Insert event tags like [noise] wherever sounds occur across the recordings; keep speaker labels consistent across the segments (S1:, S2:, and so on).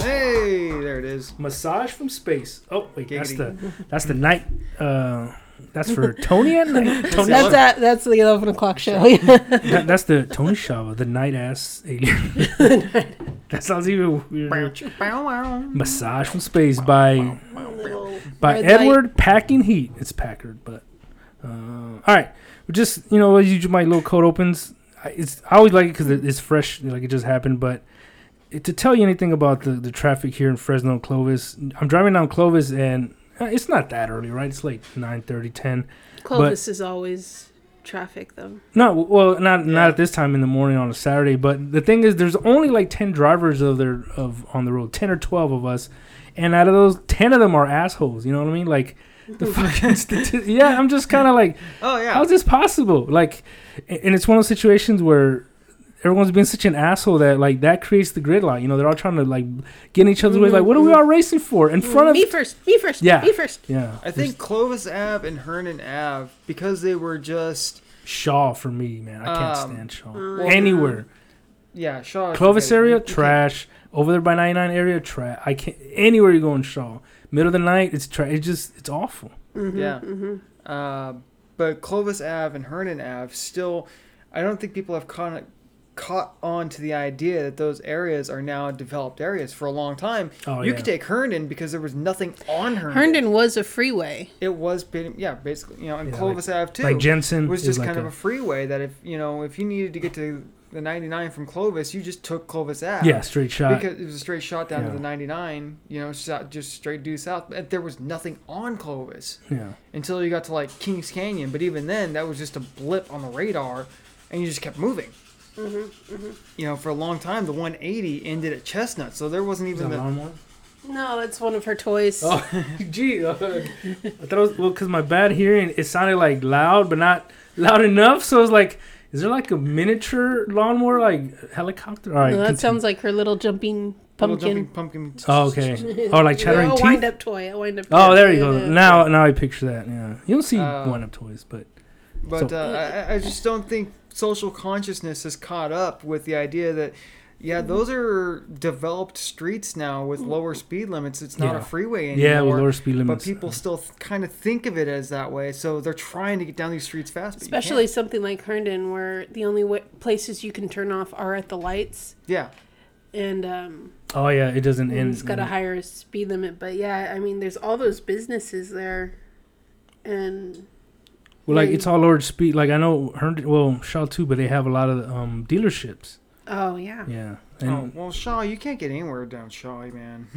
S1: Hey, there it is.
S2: Massage from space. Oh wait, that's
S1: Giggity.
S2: the that's the night. Uh, that's for Tony
S1: [laughs]
S2: at night. Tony,
S3: That's at, that's the eleven o'clock show. [laughs] Yeah.
S2: that- that's the Tony Shava, the night ass alien. [laughs] that sounds even weirder.
S1: Oh,
S2: Massage from space by by
S3: Red light.
S2: Edward Packing Heat. It's Packard, but uh, all right. We Just you know, as you my little cold opens. I- It's I always like it because it's fresh, like it just happened. But it, to tell you anything about the the traffic here in Fresno and Clovis, I'm driving down Clovis and uh, it's not that early, right? It's like 9, 10.
S4: Clovis is always traffic though.
S2: No, well, not not at this time in the morning on a Saturday. But the thing is, there's only like ten drivers of there of on the road, ten or twelve of us, and out of those, ten of them are assholes. You know what I mean? Like the
S4: [laughs]
S2: fucking stati- yeah. I'm just kind of like,
S1: Oh yeah.
S2: how's this possible? Like, a- and it's one of those situations where everyone's been such an asshole that like that creates the gridlock. You know, they're all trying to like get in each other's way. Like, what are we all racing for in front of?
S4: Mm-hmm. me first, me first,
S2: Yeah.
S4: me first.
S2: Yeah,
S1: I think Clovis Ave and Hernan Ave because they were just
S2: Shaw for me, man. I can't
S1: Um,
S2: stand Shaw
S4: well,
S2: anywhere.
S1: yeah Shaw
S2: Clovis
S1: okay, [laughs]
S2: area
S1: you- you
S2: trash. Over there by 99 area trash. I can't anywhere you go in Shaw. Middle of the night, it's trash. It's just it's awful.
S1: can't- yeah. Uh, but Clovis Ave and Hernan Ave still, I don't think people have con- caught on to the idea that those areas are now developed areas. For a long time,
S2: Oh,
S1: you
S2: yeah.
S1: could take Herndon because there was nothing on Herndon.
S4: Herndon was a freeway.
S1: it was been yeah basically you know and
S2: Yeah,
S1: Clovis Ave too
S2: like Jensen
S1: was
S2: is
S1: just
S2: like
S1: kind of
S2: a-
S1: a freeway that if you know if you needed to get to the 99 from Clovis you just took Clovis Ave
S2: Yeah, straight shot.
S1: because it was a straight shot down
S2: uh, Yeah.
S1: to the 99 you know shot just straight due south but there was nothing on Clovis
S2: yeah.
S1: until you got to like Kings Canyon but even then that was just a blip on the radar and you just kept moving you know for a long time the 180 ended at Chestnut so there wasn't
S2: Is that
S1: even the
S2: lawnmower?
S4: No, that's one of her toys.
S2: Oh, [laughs] gee. [laughs] uh, I thought it was well because my bad hearing. It sounded like loud, but not loud enough. So I was like, is there like a miniature lawnmower, like helicopter? All right.
S3: No, that
S2: continue.
S3: sounds like her little jumping
S1: little
S3: pumpkin.
S1: jumping pumpkin
S2: Oh,
S4: [laughs]
S2: okay. Or like chattering
S4: oh,
S2: teeth.
S4: wind up toy. A wind up.
S2: Oh,
S4: toy.
S2: there you go.
S4: Yeah.
S2: Now, now I picture that. Yeah, you don't see
S1: Uh,
S2: wind up toys, but
S1: But
S2: So-
S1: uh, I- I, I just don't think social consciousness has caught up with the idea that, yeah,
S2: Mm-hmm.
S1: those are developed streets now with lower speed limits. It's not
S2: Mm. Yeah.
S1: a freeway anymore.
S2: yeah, with lower speed
S1: But
S2: limits.
S1: people still th- kind of think of it as that way, so they're trying to get down these streets fast. But you can't.
S4: Especially something like Herndon, where the only w- places you can turn off are at the lights,
S1: yeah,
S4: and um,
S2: Oh yeah, it doesn't end.
S4: it's got a higher speed limit. But yeah, I mean, there's all those businesses there, and
S2: well, like
S4: Yeah,
S2: it's all lower speed. Like I know, Herndon, well, Shaw too, but they have a lot of um, dealerships.
S4: oh yeah,
S2: Yeah,
S1: oh,
S2: and
S1: well, Shaw, you can't get anywhere down Shaw,
S2: [laughs]
S1: man.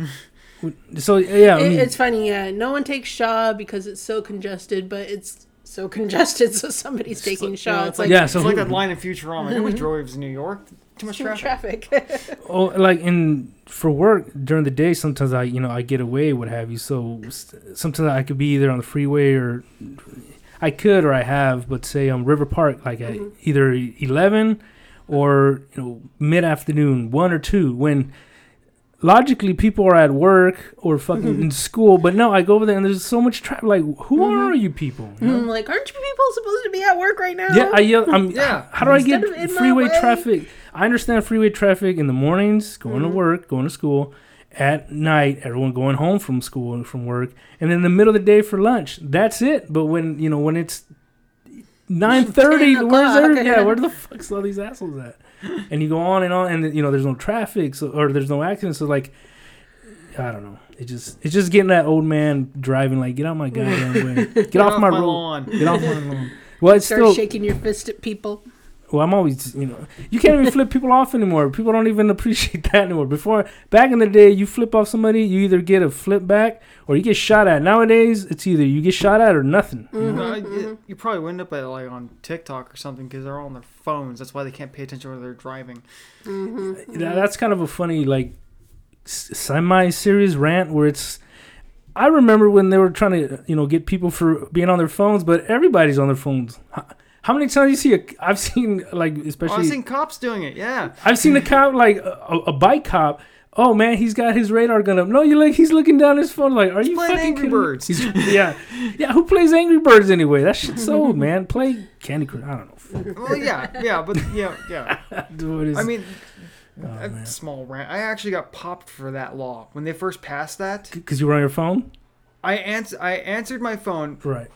S2: so yeah, I
S4: It-
S2: mean,
S4: it's funny. Yeah, no one takes Shaw because it's so congested, but it's so [laughs] congested, so somebody's taking
S1: It's like-
S4: Shaw.
S1: yeah,
S4: it's like
S2: yeah.
S1: it's
S2: So
S1: like that line in Futurama. Nobody drives New York. Mm-hmm. Too much traffic.
S4: traffic.
S2: oh, like in for work during the day, sometimes I you know I get away, what have you. So s- sometimes I could be either on the freeway or I could or I have, but say um River Park, like at either eleven or you know mid afternoon, one or two, when logically people are at work or fucking in school. But no, I go over there and there's so much traffic. Like, who are you people? You know?
S4: I'm like, aren't you people supposed to be at work right now?
S2: Mm. Yeah, I yell. I'm,
S1: Yeah.
S2: How do I
S4: Instead
S2: get
S4: of in my
S2: freeway
S4: way.
S2: traffic? I understand freeway traffic in the mornings, going to
S4: Mm-hmm.
S2: work, going to school. At night, everyone going home from school and from work, and in the middle of the day for lunch. That's it. But when you know when it's
S4: [laughs]
S2: nine thirty, where's there?
S4: o'clock.
S2: Yeah, where the fuck's all these assholes at? And you go on and on, and you know there's no traffic, so or there's no accidents. So like, I don't know. It just it's just getting that old man driving like get out
S4: [laughs]
S2: my goddamn way, get, off, my, road,
S1: lawn. [laughs]
S2: get off my lawn. Well, it's
S4: Start
S2: still
S4: shaking your fist at people.
S2: well, I'm always, you know, you can't even flip people off anymore. People don't even appreciate that anymore. Before, back in the day, you flip off somebody, you either get a flip back or you get shot at. Nowadays, it's either you get shot at or nothing.
S1: No, it- You probably end up at like on TikTok or something because they're all on their phones. That's why they can't pay attention when they're driving. Oh,
S2: Tha- That's kind of a funny, like, semi serious rant where it's, I remember when they were trying to, you know, get people for being on their phones, but everybody's on their phones. How, how many times you see a? I've seen like
S1: Oh, I've
S2: especially
S1: seen cops doing it. Yeah.
S2: I've seen a cop like a, a bike cop. Oh man, he's got his radar gun up. No, you like he's looking down his phone. Like, are you
S1: playing
S2: fucking
S1: Angry
S2: kidding me?
S1: Birds. [laughs]
S2: He's- yeah, yeah. Who plays Angry Birds anyway? That shit's old, man. Play Candy Crush. I don't know. [laughs] Fuck.
S1: Well, yeah, yeah, but yeah, yeah.
S2: Dude, what is-
S1: I mean,
S2: [laughs] oh,
S1: a
S2: man.
S1: small rant. I actually got popped for that law when they first passed that.
S2: Cause you were on your phone,
S1: I ans- I answered my phone
S2: right?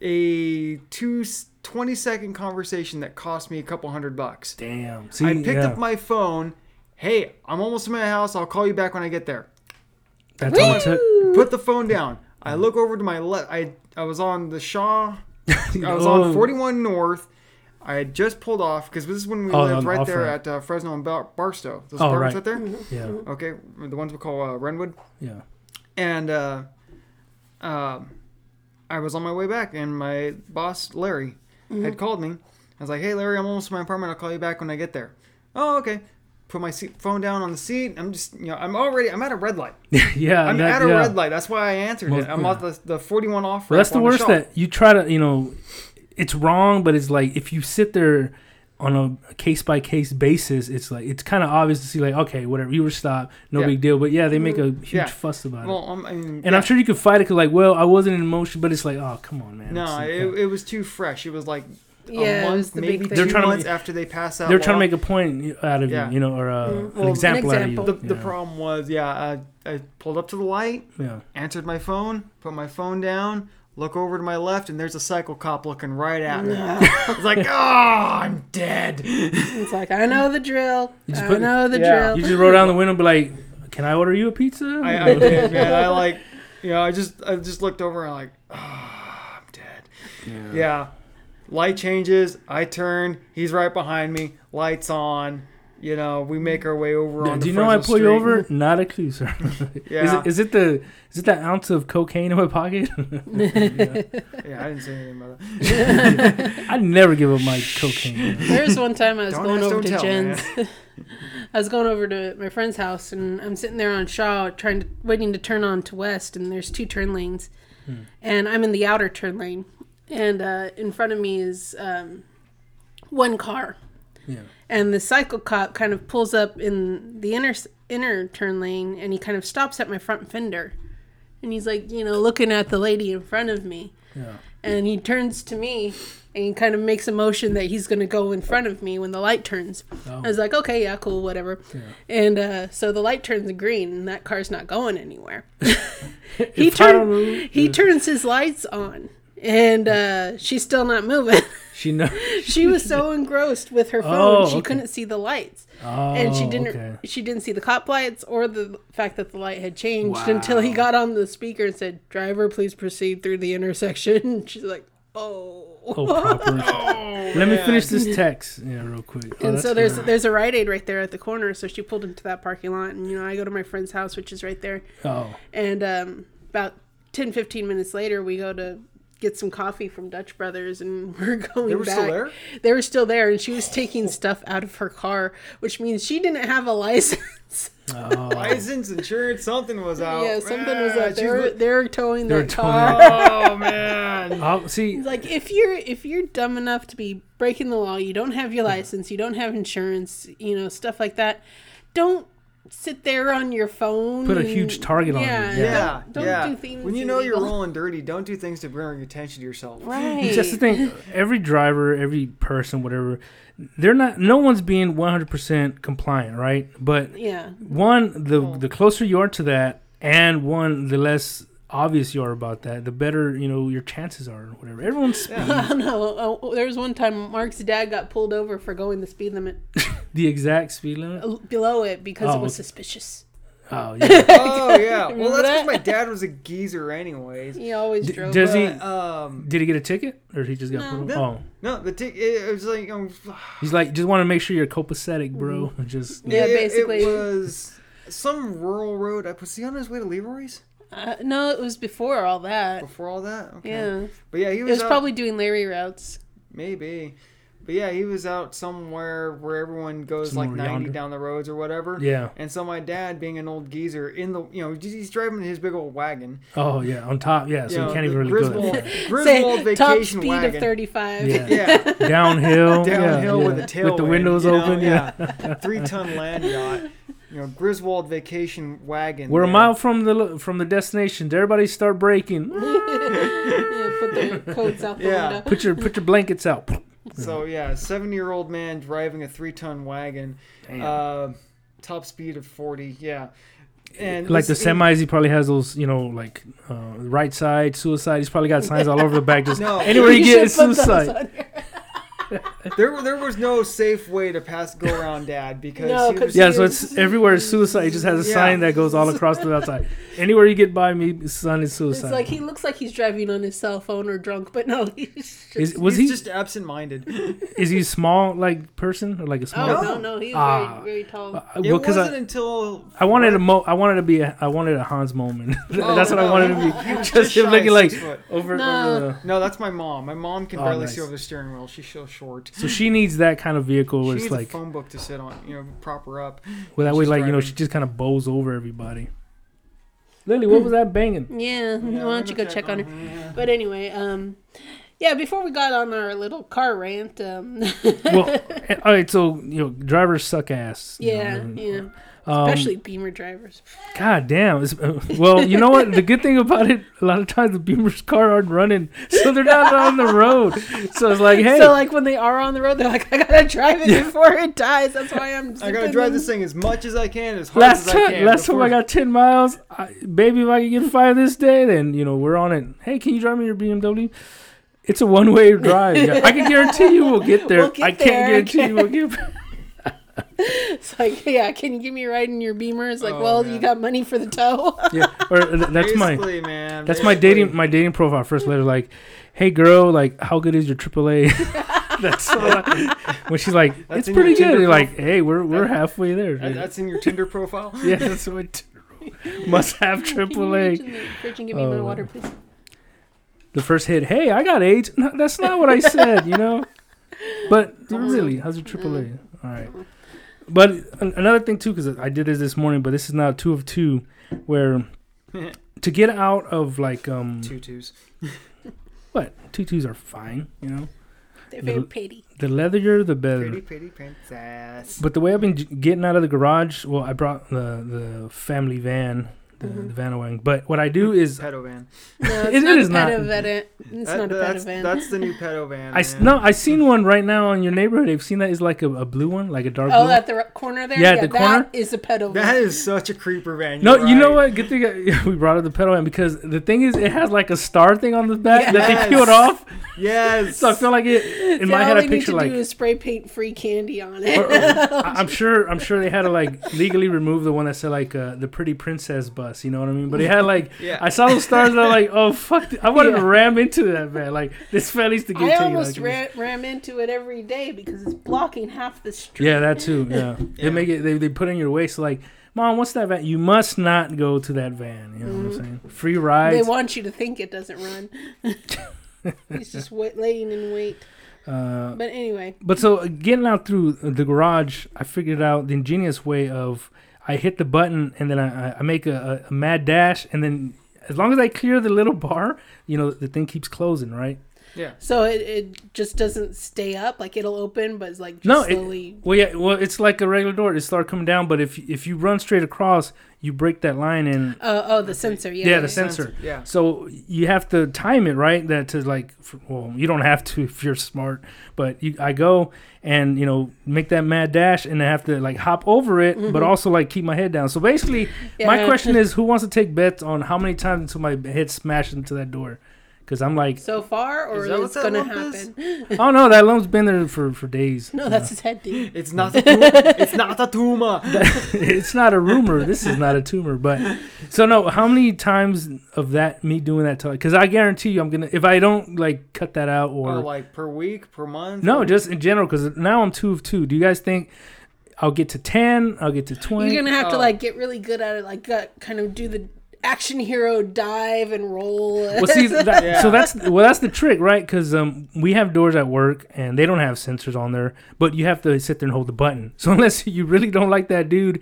S1: a two 20 second conversation that cost me a couple hundred bucks.
S2: Damn. See,
S1: I picked
S2: yeah.
S1: up my phone. Hey, I'm almost in my house. I'll call you back when I get there.
S2: That's all it took.
S1: Put the phone down. I look over to my left. I I was on the Shaw. I was
S2: Oh.
S1: on 41 North. I had just pulled off because this is when we
S2: Oh,
S1: lived
S2: on-
S1: right
S2: off
S1: there
S2: ramp.
S1: at uh, Fresno and Bar- Barstow. Those
S2: Oh,
S1: apartments
S2: right.
S1: right there.
S2: Yeah,
S1: Okay, the ones we call uh, Renwood.
S2: yeah. [laughs]
S1: And uh, um I was on my way back, and my boss Larry had called me. I was like, "Hey, Larry, I'm almost to my apartment. I'll call you back when I get there." Oh, okay. Put my seat, phone down on the seat. I'm just, you know, I'm already, I'm at a red light.
S2: yeah,
S1: I'm at
S2: that-
S1: a
S2: yeah.
S1: red light. That's why I answered
S2: Well,
S1: it. I'm
S2: yeah.
S1: off the, the 41 off.
S2: Well, that's the
S1: ramp on
S2: worst.
S1: shop.
S2: that you try to, you know, it's wrong, but it's like if you sit there on a case by case basis, it's like it's kind of obvious to see, like, okay, whatever, you were stopped, no
S1: Yeah. Mm-hmm.
S2: big deal. But yeah, they make a huge
S1: Yeah.
S2: fuss about it,
S1: Well, I'm, I mean,
S2: and I'm sure you could fight it, cause like, well, I wasn't in motion, but it's like, oh, come on, man.
S1: no,
S2: It's-
S1: it, it was too fresh. It was like a
S4: Yeah, it
S1: month,
S4: was the big
S1: maybe
S4: thing.
S1: two
S2: They're trying to
S1: months
S2: make-
S1: after they pass out.
S2: they're trying to make a point out of
S1: Yeah. Mm-hmm.
S2: you, you know, or uh,
S1: Well,
S2: an
S1: an
S2: example, out
S1: The,
S2: of you.
S1: the
S2: yeah.
S1: problem was, yeah, I, I pulled up to the light,
S2: yeah.
S1: answered my phone, put my phone down, look over to my left, and there's a cycle cop looking right at me. it's like, oh, I'm dead.
S4: [laughs] It's like I know the drill.
S2: just
S4: I
S2: put-
S4: know the
S1: Yeah.
S4: drill.
S2: You just roll down the window and be like, "Can I order you a pizza?" [laughs]
S1: I, [laughs] I did, man. I like, you know, I just, I just looked over and like, oh, I'm dead. Yeah. Light changes. I turn. He's right behind me. Lights on. You know, we make our way over.
S2: Yeah,
S1: on
S2: do you know I pull
S1: Street.
S2: you over? Not a clue, sir. [laughs] Is,
S1: Yeah.
S2: it, is it the is it that ounce of cocaine in my pocket? [laughs]
S1: Yeah, I didn't say anything about that.
S2: I never give up my cocaine. you know.
S4: There was one time I was
S1: Don't
S4: going
S1: ask,
S4: over
S1: don't
S4: to
S1: tell, man.
S4: Jen's. [laughs] I was going over to my friend's house, and I'm sitting there on Shaw, trying to waiting to turn on to West, and there's two turn lanes,
S2: Hmm.
S4: and I'm in the outer turn lane, and uh, in front of me is um, one car,
S2: Yeah.
S4: and the cycle cop kind of pulls up in the inner inner turn lane, and he kind of stops at my front fender, and he's like, you know, looking at the lady in front of me,
S2: Yeah.
S4: and he turns to me and he kind of makes a motion that he's going to go in front of me when the light turns.
S2: Oh.
S4: I was like, okay, yeah, cool, whatever. And uh, so the light turns green and that car's not
S2: [laughs]
S4: going anywhere. [laughs] he
S2: If I don't
S4: turn,
S2: move-
S4: he turns his lights on and uh, she's still not moving. [laughs]
S2: She know.
S4: she was so
S2: [laughs]
S4: engrossed with her phone
S2: Oh,
S4: she
S2: okay.
S4: couldn't see the lights.
S2: Oh,
S4: and she didn't
S2: Okay.
S4: she didn't see the cop lights or the fact that the light had changed until he got on the speaker and said, "Driver, please proceed through the intersection." [laughs] She's like, "Oh."
S2: Oh, proper. Let me finish this text. Yeah, real quick. Oh,
S4: and
S2: that's
S4: so there's
S2: good.
S4: there's a Rite Aid right there at the corner, so she pulled into that parking lot, and you know I go to my friend's house, which is right there,
S2: Oh,
S4: and um, about 10, 15 minutes later we go to get some coffee from Dutch Brothers, and [laughs] we're going.
S1: They were still
S4: back.
S1: there? Oh.
S4: They were still there, and she was taking stuff out of her car, which means she didn't have a [laughs] license.
S2: Oh.
S1: license, insurance, something was out.
S4: Yeah, something was
S1: Ah,
S4: up.
S1: she's
S4: They're [laughs]
S1: look-
S4: they're towing
S2: They're
S4: their
S2: towing
S4: car.
S1: Oh man.
S2: oh. See,
S4: Like if you're if you're dumb enough to be breaking the law, you don't have your license, you don't have insurance, you know stuff like that. Don't sit there on your phone.
S2: Put a
S4: and-
S2: huge target on
S4: Yeah,
S2: you.
S4: don't-
S1: Yeah,
S4: don't,
S1: yeah.
S4: do things
S1: when you know
S4: illegal.
S1: you're rolling dirty, don't do things to bring attention to yourself.
S4: [laughs] Right.
S2: that's the thing. Every driver, every person, whatever, they're not. No one's being 100% compliant, right? But
S4: Yeah.
S2: one the
S4: Oh.
S2: the closer you are to that and one the less obvious you are about that the better you know your chances are or whatever everyone's [laughs]
S4: Oh, [laughs] no. Oh, there was one time Mark's dad got pulled over for going the speed limit uh,
S2: the exact speed limit
S4: below it because
S2: Oh,
S4: it was
S2: okay.
S4: suspicious.
S2: oh yeah
S1: Oh yeah. Well, that's because
S4: that?
S1: my dad was a geezer, anyways.
S4: He always
S2: D-
S4: drove.
S2: does he
S4: up.
S1: Um,
S2: did he get a ticket or he just got
S4: No.
S2: pulled
S1: No.
S2: over? oh
S1: no, the tick. It, it was like um, [sighs]
S2: he's like just want to make sure you're copacetic bro
S4: Mm-hmm.
S2: just
S4: Yeah,
S1: it-
S4: basically.
S1: it was some rural road. I was he on his way to Leroy's
S4: Uh, no, it was before all that.
S1: before all that? Okay.
S4: Yeah.
S1: But yeah, he
S4: It
S1: was,
S4: was
S1: out-
S4: probably doing Larry routes.
S1: maybe. But yeah, he was out somewhere where everyone goes like
S2: Somewhere
S1: 90
S2: yonder.
S1: down the roads or whatever.
S2: Yeah.
S1: And so my dad, being an old geezer, in the you know he's driving his big old wagon.
S2: Oh yeah, on top. Yeah, so
S1: you know,
S2: you can't
S1: the
S2: even really go.
S1: Griswold, [laughs]
S2: That far.
S1: Griswold
S4: [laughs] Say, top
S1: vacation
S4: speed
S1: wagon.
S4: of 35.
S1: [laughs]
S2: Yeah.
S4: [laughs]
S1: Yeah,
S2: Downhill. yeah,
S1: [laughs] downhill
S2: yeah.
S1: with a tail.
S2: With the windows open. yeah.
S1: three ton land yacht. You know, Griswold vacation wagon.
S2: We're a
S1: there.
S2: mile from the lo- from the destination. Did everybody start braking? [laughs]
S4: Yeah, put
S1: [laughs]
S4: their coats out the
S1: Yeah.
S4: window.
S2: Put your put your blankets out.
S1: So yeah, seven year old man driving a three ton wagon, uh, top speed of forty. Yeah, and
S2: like the
S1: this-
S2: semis, he probably has those, you know, like uh, right side suicide. He's probably got signs all over the back. Just
S1: No.
S2: anywhere
S1: [laughs]
S2: you,
S3: should
S2: get, it's
S3: put those
S2: suicide.
S3: on here.
S1: There, there was no safe way to pass go
S2: [laughs]
S1: around dad because
S3: No,
S1: he
S3: 'cause
S1: was,
S2: Yeah, so it's everywhere is suicide. It just has a
S1: Yeah.
S2: sign that goes all across the outside. Anywhere you get by me, son is
S4: It's
S2: suicide.
S4: like he looks like he's driving on his cell phone or drunk, but no, [laughs] he's just,
S2: is, was
S1: he's
S2: he
S1: just absent minded.
S2: is he a small like person or like a
S4: oh
S2: small?
S4: no,
S1: No.
S4: no, he's
S2: Ah.
S4: very, very tall.
S2: Uh,
S1: It
S2: well, because
S1: wasn't
S2: I,
S1: until
S2: I wanted a mo- I wanted to be a, I wanted a Hans moment. [laughs]
S1: Oh,
S2: That's what I
S1: no,
S2: wanted
S1: he-
S2: to
S1: [laughs] he was
S2: be. Just him
S1: shy of
S2: looking like
S1: six foot.
S2: over,
S4: No.
S2: over the.
S1: No, that's my mom. My mom can
S2: Oh,
S1: barely
S2: nice.
S1: see over the steering wheel. She's so short.
S2: So she needs that kind of vehicle
S1: She
S2: where
S1: needs
S2: it's
S1: a
S2: like,
S1: phone book to sit on, you know, prop her up.
S2: well, that
S1: when
S2: way,
S1: she's
S2: like you know,
S1: driving.
S2: she just kind of bows over everybody. Lily, what was
S1: [laughs]
S2: that banging?
S4: Yeah,
S1: Yeah,
S4: why
S1: let
S4: don't you
S1: me
S4: go check on her?
S1: yeah.
S4: But anyway, um, yeah, before we got on our little car rant, um, [laughs]
S2: Well, eh, all right, so you know, drivers suck ass. you
S4: yeah,
S2: know,
S4: yeah,
S2: um,
S4: especially Beamer drivers.
S2: God damn. It's, uh, well, you know what? The good thing about it, a lot of times the Beamer's car aren't running, so they're not on the road. So it's like, hey,
S4: So like when they are on the road, they're like, I gotta drive it before it dies. That's why [laughs] I'm.
S1: I gotta
S4: zipping
S1: drive
S4: in.
S1: this thing as much as I can, as hard as
S2: last
S1: I
S2: time,
S1: can.
S2: last time I
S1: before-
S2: got ten miles, I, baby. If I can get five this day, then you know we're on it. Hey, can you drive me your BMW? It's a one-way drive. Yeah, I can guarantee you we'll get there.
S4: We'll get
S2: I can't
S4: there,
S2: guarantee you we'll get. back.
S4: It's like, yeah, can you give me a ride in your Beamer? It's like,
S1: Oh,
S4: well,
S1: man.
S4: you got money for the [laughs] tow.
S2: [laughs] Yeah, or th- that's my
S1: Basically, man.
S2: that's my
S1: basically.
S2: dating my dating profile. First letter like, hey girl, like how good is your AAA? [laughs] that's all I- when she's like,
S1: That's
S2: it's
S1: in your
S2: pretty
S1: Tinder
S2: good. You're like,
S1: profile.
S2: hey, we're we're
S1: That-
S2: halfway there.
S1: [laughs] That-
S2: dude."
S1: That's in your Tinder profile.
S2: [laughs] yeah, that's [laughs] what must have
S4: Can you
S2: AAA.
S4: reach in the fridge and give me my
S2: Oh.
S4: water, please?
S2: the first hit, hey, I got AIDS. No, that's not what I said, you know. But
S1: [laughs]
S2: really, how's your
S1: Mm.
S2: AAA? All right. But an- another thing too, because I did this this morning, but this is now two of two,
S1: [laughs]
S2: where to get out of like um
S1: Two twos.
S2: what two twos are fine, you know.
S4: They're
S2: The-
S4: very [laughs] pretty.
S2: The leatherier, the better.
S1: Pretty, pretty princess.
S2: Uh, But the way I've been j- getting out of the garage, well, I brought the the family van, the,
S4: Mm-hmm.
S2: the van wagon. But what I do is
S1: Pedo van.
S4: No,
S2: It-
S4: it's
S2: it is
S4: not a
S2: not.
S4: pet event. It's
S1: That-
S4: not a pet
S1: that's,
S4: event.
S1: that's the
S4: [laughs]
S1: new pedo van.
S2: I s-
S1: man.
S2: no, I seen one right now in your neighborhood. I've seen that is like a, a blue one, like a dark blue.
S4: Oh,
S2: one.
S4: at the r- corner there.
S2: Yeah, at the corner.
S4: That is a pet event.
S1: That is such a creeper van.
S2: No,
S1: you're
S2: you know
S1: right.
S2: what? Good thing I, [laughs] we brought up the pedal end because the thing is, it has like a star thing on the back
S1: Yes.
S2: that they peeled off.
S1: Yes.
S2: So I feel like it in
S4: So
S2: my head.
S4: all
S2: I
S4: they need
S2: picture
S4: to
S2: like
S4: do is spray paint free candy on
S2: [laughs] or- or-
S4: [laughs] it.
S2: I- I'm sure. I'm sure they had to like legally remove the one that said like uh, the pretty princess bus. You know what I mean? But it had like
S1: Yeah.
S2: I saw those stars. and I'm like, oh fuck! th- I wanted to
S4: Yeah.
S2: ram into that man. Like this fella needs to get
S4: I
S2: taken.
S4: almost
S2: like,
S4: ran, ram into it every day because it's blocking half the street.
S2: Yeah, that too. Yeah,
S1: Yeah.
S2: they make it. They, they put in your way. So like, mom, what's that van? You must not go to that van. You know what I'm saying? Free rides.
S4: Mm-hmm. They want you to think it doesn't run.
S2: [laughs]
S4: He's just wait, laying in wait.
S2: uh,
S4: But anyway,
S2: But so uh, getting out through the garage, I figured out the ingenious way of I hit the button and then I, I- I make a, a, a mad dash and then as long as I clear the little bar, you know the thing keeps closing, right?
S1: Yeah.
S4: so it, it just doesn't stay up. Like it'll open, but it's like just
S2: No, it-
S4: slowly.
S2: Well, yeah, well it's like a regular door; it start coming down. But if if you run straight across, you break that line and
S4: Oh, oh, the sensor. Yeah.
S2: Yeah, the sen- Sensor. [laughs]
S1: Yeah.
S2: So you have to time it right that to like f well you don't have to [laughs] if you're smart but you, I go and you know make that mad dash and I have to like hop over it but also like keep my head down. So basically my
S4: Mm-hmm. Yeah. Uh,
S2: question is who wants to take bets on how many times until my head smashed into that door cuz I'm
S4: [laughs]
S2: like
S4: So far, or
S1: Is
S4: is
S1: that what
S4: it's
S1: that
S4: gonna
S1: lump
S4: happen? [laughs]
S1: is?
S2: oh no that lump's been there for for days.
S4: No, that's his head, dude.
S1: It's not
S4: [laughs]
S1: a tumor. it's not a tumor.
S2: it's not a rumor. This is not a tumor. But so no, how many times of that me doing that till cuz I guarantee you I'm going to if I don't like cut that out or
S1: Or like per week, per month.
S2: No, just in general, because now I'm two of two. Do you guys think I'll get to ten? I'll get to
S4: You're
S2: twenty.
S4: gonna have
S1: Oh.
S4: to like get really good at it, like uh, kind of do the action hero dive and roll.
S2: Well,
S1: [laughs]
S2: see, that,
S1: Yeah.
S2: so that's well, that's the trick, right? Because um, we have doors at work, and they don't have sensors on there, but you have to sit there and hold the button. [laughs] So unless you really don't like that dude,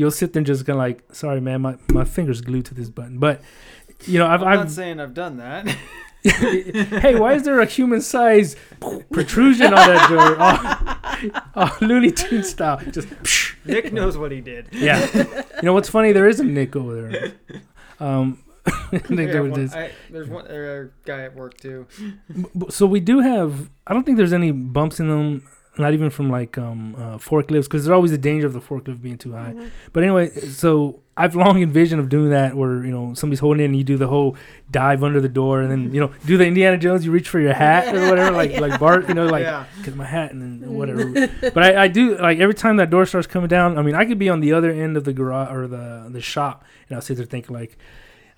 S2: you'll sit there and just kind of like, sorry, man, my, my finger's glued to this button. But you know, I've,
S1: I'm not
S2: I've
S1: saying I've done that.
S2: [laughs]
S1: [laughs]
S2: hey, why is there a human size protrusion on that door? Oh, [laughs] oh, Looney Tune style, just
S1: Nick knows what he did.
S2: yeah. You know what's funny? There is a Nick over there. Um, [laughs] [laughs] I think
S1: Yeah,
S2: there it
S1: one-
S2: is.
S1: I- there's one other guy at work too.
S2: B- so we do have i don't think there's any bumps in them not even from like um uh, forklifts because there's always the danger of the forklift being too high but anyway so i've long envisioned of doing that where you know somebody's holding it and you do the whole dive under the door and then you know do the indiana jones you reach for your hat or whatever like like bart you know like
S1: yeah.
S2: because my hat and then whatever. but I, I do like every time that door starts coming down. I mean, I could be on the other end of the garage or the the shop, and I'll sit there thinking like,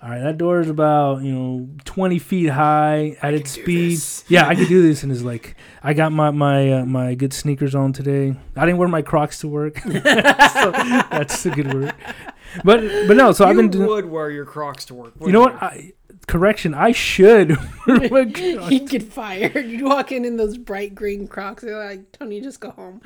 S2: all right, that door is about you know twenty feet high at its
S1: do
S2: speed.
S1: this.
S2: [laughs] Yeah, I could do this, and it's like I got my my uh, my good sneakers on today. I didn't wear my Crocs to work. [laughs] so that's a good word. But but no, so
S1: you
S2: I've been doing.
S1: would wear your Crocs to work.
S2: You know what?
S1: wouldn't
S2: I, correction, I should. [laughs]
S1: [laughs]
S2: wear my
S4: [laughs]
S2: Crocs.
S4: You'd get fired. You'd walk in in those bright green Crocs. They're like, Tony, just go home.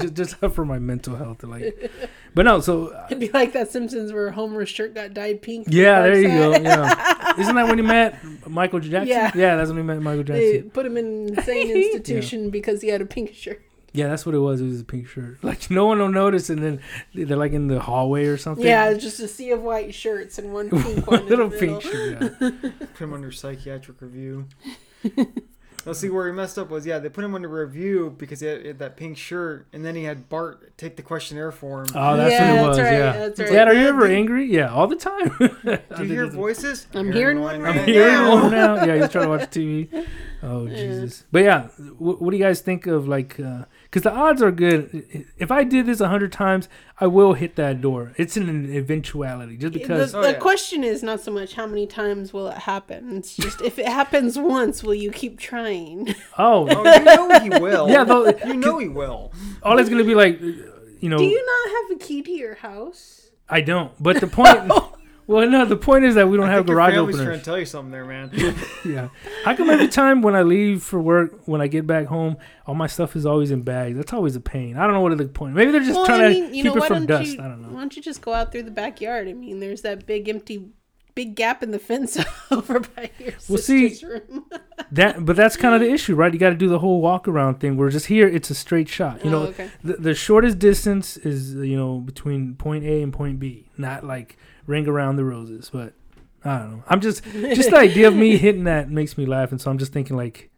S2: just just for my mental health, like. But no, so
S4: It'd be like that Simpsons where Homer's shirt got dyed pink. from
S2: Yeah,
S4: the
S2: there you go.
S4: dark side.
S2: Yeah, isn't that when he met Michael Jackson?
S4: Yeah.
S2: that's when he met Michael
S4: [laughs] They
S2: Jackson.
S4: put him in an
S2: [laughs]
S4: insane institution because he had a pink shirt.
S2: Yeah, that's what it was. It was a pink shirt. [laughs] Like no one will notice, and then they're like in the hallway or something.
S4: Yeah,
S2: [laughs]
S4: it's just a sea of white shirts and one pink one. in the
S2: little
S4: middle.
S2: pink shirt. Yeah.
S1: you? Put him under psychiatric
S4: [laughs]
S1: review. Let's see where he messed up was. Yeah, they put him under review because he had, he had that pink shirt, and then he had Bart take the questionnaire for him.
S2: Oh, that's
S4: Yeah,
S2: what it
S4: that's
S2: was.
S4: right,
S2: yeah,
S4: that's
S2: Dad,
S4: right.
S2: are you ever angry? Yeah, all the time. [laughs]
S1: Do you hear voices?
S4: I'm hearing one
S2: I'm
S4: right
S2: hearing
S4: now.
S2: one now. Yeah, he's trying to watch TV.
S4: [laughs]
S2: Oh Jesus! But yeah, what, what do you guys think of like? Because the odds are good. If I did this a hundred times, I will hit that door. It's an eventuality, just because.
S4: the,
S1: Oh,
S4: the
S1: yeah.
S4: question is not so much how many times will it happen. It's just if it happens once, will you keep trying?
S2: Oh,
S1: Oh, you know
S2: [laughs]
S1: he will.
S2: Yeah, though-
S1: you know he will.
S2: all it's gonna be like, you know,
S4: Do you not have a key to your house?
S2: I don't. But the
S4: [laughs]
S2: point, well, no, the point is that we don't
S1: I
S2: have
S1: think your
S2: garage
S1: family's trying
S2: openers.
S1: to tell you something there,
S2: [laughs]
S1: man.
S2: Yeah. How come every time when I leave for work, when I get back home, all my stuff is always in bags? That's always a pain. I don't know what the point. Maybe they're just trying to keep it from dust.
S4: you,
S2: I don't know.
S4: Why don't you just go out through the backyard? I mean, there's that big empty, big gap in the fence [laughs] over by your
S2: Well, see-
S4: sister's room.
S2: That, but that's kind of the issue, right? You got to do the whole walk around thing. Where just here, it's a straight shot. You know,
S4: Oh, okay.
S2: the, the shortest distance is you know between point A and point B, not like ring around the roses. But I don't know. I'm just just the idea of me hitting that makes me laugh, and so I'm just thinking like,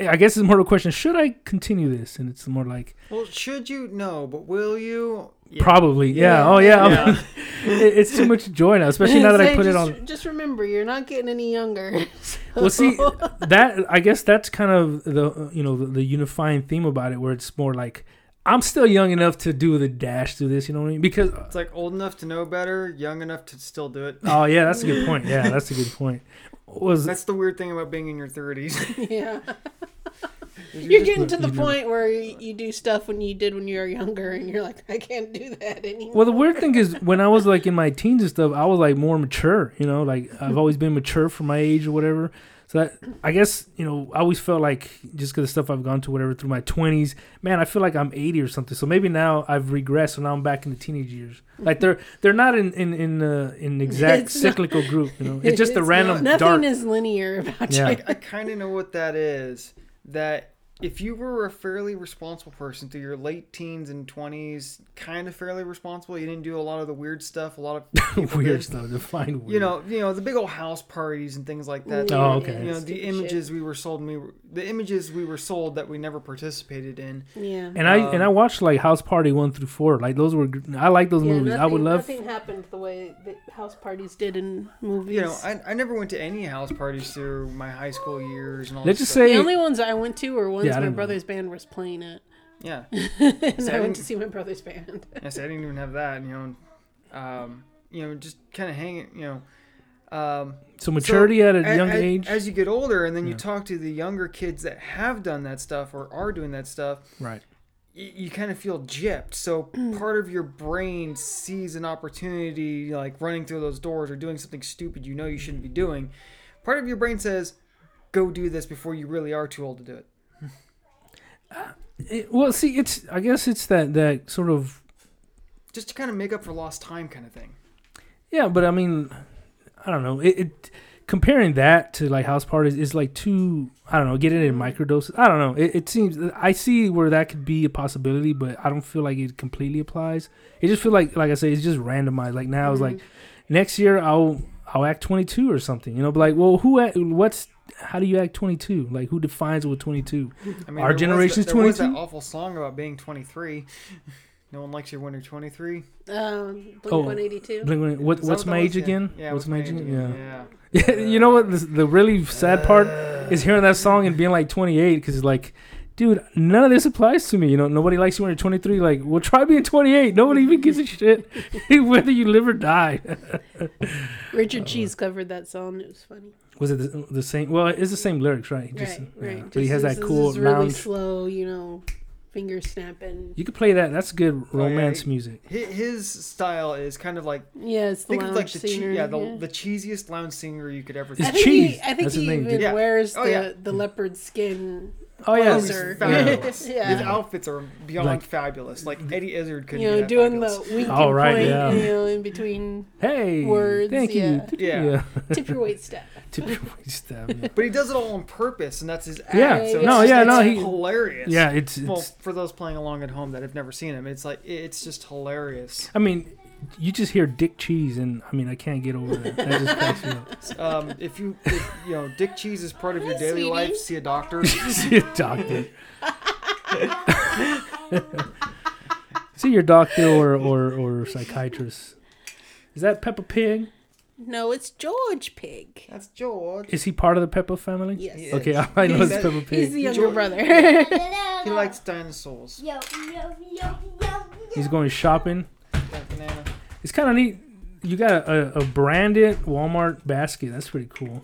S2: I guess it's more of a question: Should I continue this? And it's more like
S1: well, should you? No, but will you? Yeah.
S2: probably, yeah,
S4: Yeah.
S2: oh yeah. I'm- [laughs]
S1: Yeah.
S2: it- it's too much joy now,
S4: [laughs]
S2: especially now that I
S4: Say,
S2: put it
S4: just,
S2: on.
S4: Just remember, you're not getting any younger. [laughs]
S2: well [laughs] see that i guess that's kind of the you know the, the unifying theme about it where it's more like i'm still young enough to do the dash through this you know what i mean because
S1: It's like old enough to know better, young enough to still do
S2: [laughs]
S1: it.
S2: oh yeah that's a good point yeah that's a good point was
S1: That's the weird thing about being in your 30s.
S4: yeah. You're getting to
S2: you
S4: the
S2: know.
S4: point where you, you do stuff when you did when you were younger, and you're like, I can't do that anymore.
S2: well the weird thing is when i was like in my teens and stuff i was like more mature you know like i've always been mature for my age or whatever so that i guess you know i always felt like just because the stuff i've gone to whatever through my 20s man i feel like i'm 80 or something so maybe now i've regressed so now i'm back in the teenage years like they're they're not in in in uh,
S4: [laughs]
S2: in exact
S4: It's not-
S2: cyclical group you
S4: [laughs]
S2: know it's just the
S4: It's
S2: random
S4: Nothing
S2: dark
S4: is linear about
S2: Yeah.
S4: you.
S1: I kind of know what that is. That if you were a fairly responsible person through your late teens and 20s, kind of fairly responsible, you didn't do a lot of the weird stuff, a lot of
S2: [laughs]
S1: people
S2: weird
S1: did.
S2: stuff defined weird
S1: You know, you know the big old house parties and things like that.
S2: Oh, okay.
S1: You know the
S4: Stupid
S1: images we were sold, and we were, the images we were sold that we never participated in.
S4: shit. Yeah.
S2: and i and i watched like house party 1 through 4 like those were gr- i like those
S4: um, Yeah,
S2: movies i would
S4: nothing-
S2: love
S4: Nothing happened the way that house parties did in movies.
S1: You know, I, I never went to any house parties through my high school years and all.
S2: let's
S1: this
S2: just
S1: stuff.
S2: say
S4: the only ones I went to were ones
S2: Yeah, I
S4: my
S2: don't know.
S4: brother's band was playing at.
S1: yeah.
S4: and
S1: So I
S4: I went
S1: didn't-
S4: to see my brother's band. [laughs]
S1: I said I didn't even have that, you know. Um, you know, just kind of hanging, you know. Um,
S2: so maturity at a
S1: a-
S2: young
S1: a-
S2: age
S1: As you get older, and then you talk to the younger kids that have done that stuff or are doing that stuff,
S2: right
S1: y- you kind of feel gypped.
S2: [clears throat]
S1: So part of your brain sees an opportunity, like running through those doors or doing something stupid you know you shouldn't be doing. Part of your brain says, "Go do this before you really are too old to do it."
S2: It- well, see, it's I guess it's that that sort of
S1: Just to kind of make up for lost time, kind of thing.
S2: yeah, but I mean, I don't know. It, it comparing that to like house parties is like too I don't know. Getting it in microdoses. I don't know. It, it seems I see where that could be a possibility, but I don't feel like it completely applies. It just feel like like I say, it's just randomized. Like now, it's like next year I'll I'll act 22 or something. You know, but like, well, who act, what's how do you act 22? Like, who defines what 22?
S1: I
S2: Our
S1: there was
S2: generation's
S1: that, there was that
S2: 22?
S1: awful song about being 23. [laughs] No one likes you when you're 23. Is
S4: Um, Blink
S2: Oh.
S4: 182.
S2: Blink-
S1: that
S2: What, what's
S1: that
S2: my
S1: was?
S2: age again?
S1: Yeah,
S2: what's my age again? Yeah.
S1: yeah.
S2: Yeah, [laughs] you know what? The, the really sad part is hearing that song and being like 28 because like, dude, none of this applies to me. You know, nobody likes you when you're 23. Like, well, try being 28. Nobody even gives a shit [laughs] whether you live or die. [laughs]
S4: Richard
S2: Uh,
S4: Cheese covered that song. It was funny.
S2: Was it the, the same? Well, it's the same lyrics, right? Just-
S4: right,
S2: yeah.
S4: right.
S2: But he
S4: Just
S2: has
S4: this-
S2: that
S4: this
S2: cool
S4: is really
S2: lounge.
S4: slow, you know, finger snapping.
S2: you could play that. That's good
S1: yeah,
S2: romance
S1: he-
S2: music.
S1: Hi- His style is kind of like
S4: Yeah, it's the
S1: think of
S4: lounge
S1: like the che-
S4: scenery,
S1: yeah, the,
S4: yeah.
S1: the cheesiest lounge singer you could ever.
S2: It's
S4: I
S1: think.
S4: think
S2: cheese.
S4: he, I think
S2: That's
S4: he
S2: his name,
S4: even
S2: dude.
S1: Yeah.
S4: wears
S1: Oh,
S4: the,
S1: yeah.
S4: the
S2: Mm-hmm.
S4: leopard skin.
S2: Oh yeah,
S1: He's
S4: Closer.
S1: fabulous.
S4: [laughs] Yeah.
S1: His outfits are beyond
S2: Like-
S1: fabulous. Like Eddie Izzard could
S4: you know,
S1: do that
S4: doing
S1: fabulous.
S4: the weak
S2: All right,
S4: point,
S2: yeah.
S4: you know, in
S2: [laughs]
S4: between.
S2: Hey,
S4: Words,
S2: Thank
S4: yeah.
S2: you. [laughs]
S1: Yeah.
S4: Tip your weight step.
S2: Tip your waist up, yeah.
S1: But he does it all on purpose, and that's his act.
S2: Yeah.
S1: So
S4: No,
S1: it's
S4: yeah,
S1: just,
S4: no,
S1: it's
S2: he-
S1: hilarious.
S2: Yeah, it's, it's
S1: Well, for those playing along at home that have never seen him, it's like it's just
S4: [laughs]
S1: hilarious.
S2: I mean, you just hear Dick Cheese, and I mean, I can't get over that. That just cracks me up. [laughs]
S1: Um, if you, if, you know, Dick Cheese is part of your
S4: Hi,
S1: daily
S4: sweetie.
S1: life. See a
S2: [laughs]
S1: doctor.
S2: See a doctor. [laughs] See your doctor or or or psychiatrist. Is that Peppa Pig?
S4: No, it's George Pig.
S1: That's George.
S2: Is he part of the Peppa family?
S4: Yes.
S1: Yeah.
S2: Okay, uh, all I know is
S1: He's-
S2: Peppa
S4: He's
S2: Pig.
S4: the younger
S1: George-
S4: brother. [laughs]
S1: He likes dinosaurs.
S5: Yo, yo, yo, yo, yo.
S2: He's going shopping.
S1: Like banana.
S2: It's kind of neat. You got a, a, a branded Walmart basket. That's pretty cool.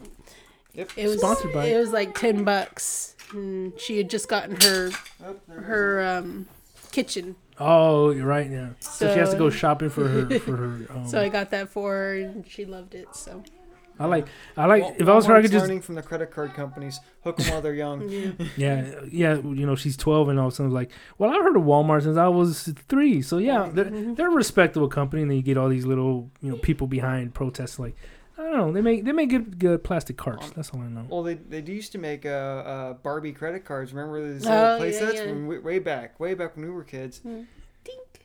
S4: It was
S2: Sponsored by-
S4: It was like ten bucks. And she had just gotten her
S1: Oh,
S4: her um, kitchen,
S2: Oh, you're right. Yeah. So, she has to go
S4: So-
S2: shopping for her for her. Um,
S4: [laughs] so I got that for her, and she loved it. So
S2: I like I like.
S1: Wal-
S2: if I was her, I
S1: Walmart's
S2: could just
S1: learning from the credit card companies, hook 'em while they're young.
S4: [laughs]
S2: Yeah, yeah, you know, she's 12 and all of a sudden like, well, I've heard of Walmart since I was three. So, yeah, they're, they're a respectable company. And then you get all these little, you know, people behind protests like, I don't know, they make they make good, good plastic carts. That's all I know.
S1: Well, they, they used to make uh, uh, Barbie credit cards. Remember these
S4: Oh,
S1: little
S4: yeah,
S1: play sets?
S4: yeah.
S1: When we- way back, way back when we were kids.
S4: dink.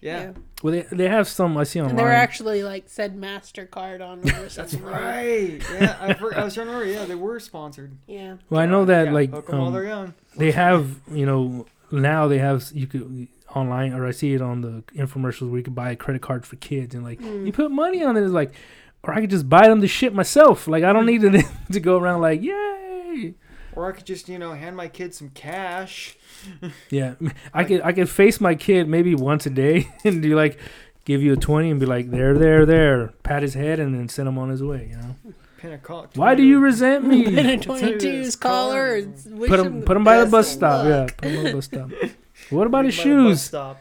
S1: Yeah.
S2: Well, they, they have some I see online.
S4: And they were actually like said Mastercard
S2: [laughs]
S4: on them or
S1: That's
S4: something. like that.
S1: right.
S4: [laughs]
S1: Yeah, I, for, I was trying to remember. Yeah, they were sponsored.
S4: Yeah.
S2: well, I know that
S1: Yeah,
S2: like
S1: hook 'em while they're
S2: um,
S1: young.
S2: they have, you know, now they have you could online or I see it on the infomercials where you could buy a credit card for kids and like you put money on it it's like or I could just buy them the shit myself. Like I don't need to, to [laughs] go around like, "Yay!"
S1: Or I could just you know hand my kids some cash. [laughs]
S2: Yeah, I could I could face my kid maybe once a day [laughs] and do like give you a twenty and be like there there there pat his head and then send him on his way. You know
S1: Pinnacle.
S2: why do you
S1: [laughs]
S2: resent
S4: And
S2: me?
S4: a 22's collar and wish
S2: put him
S4: him
S2: put him by the
S4: best
S2: bus
S4: of
S2: stop.
S4: luck.
S2: Yeah, put him by the
S1: [laughs]
S2: bus stop. What about his
S1: By the bus
S2: shoes?
S1: Stop.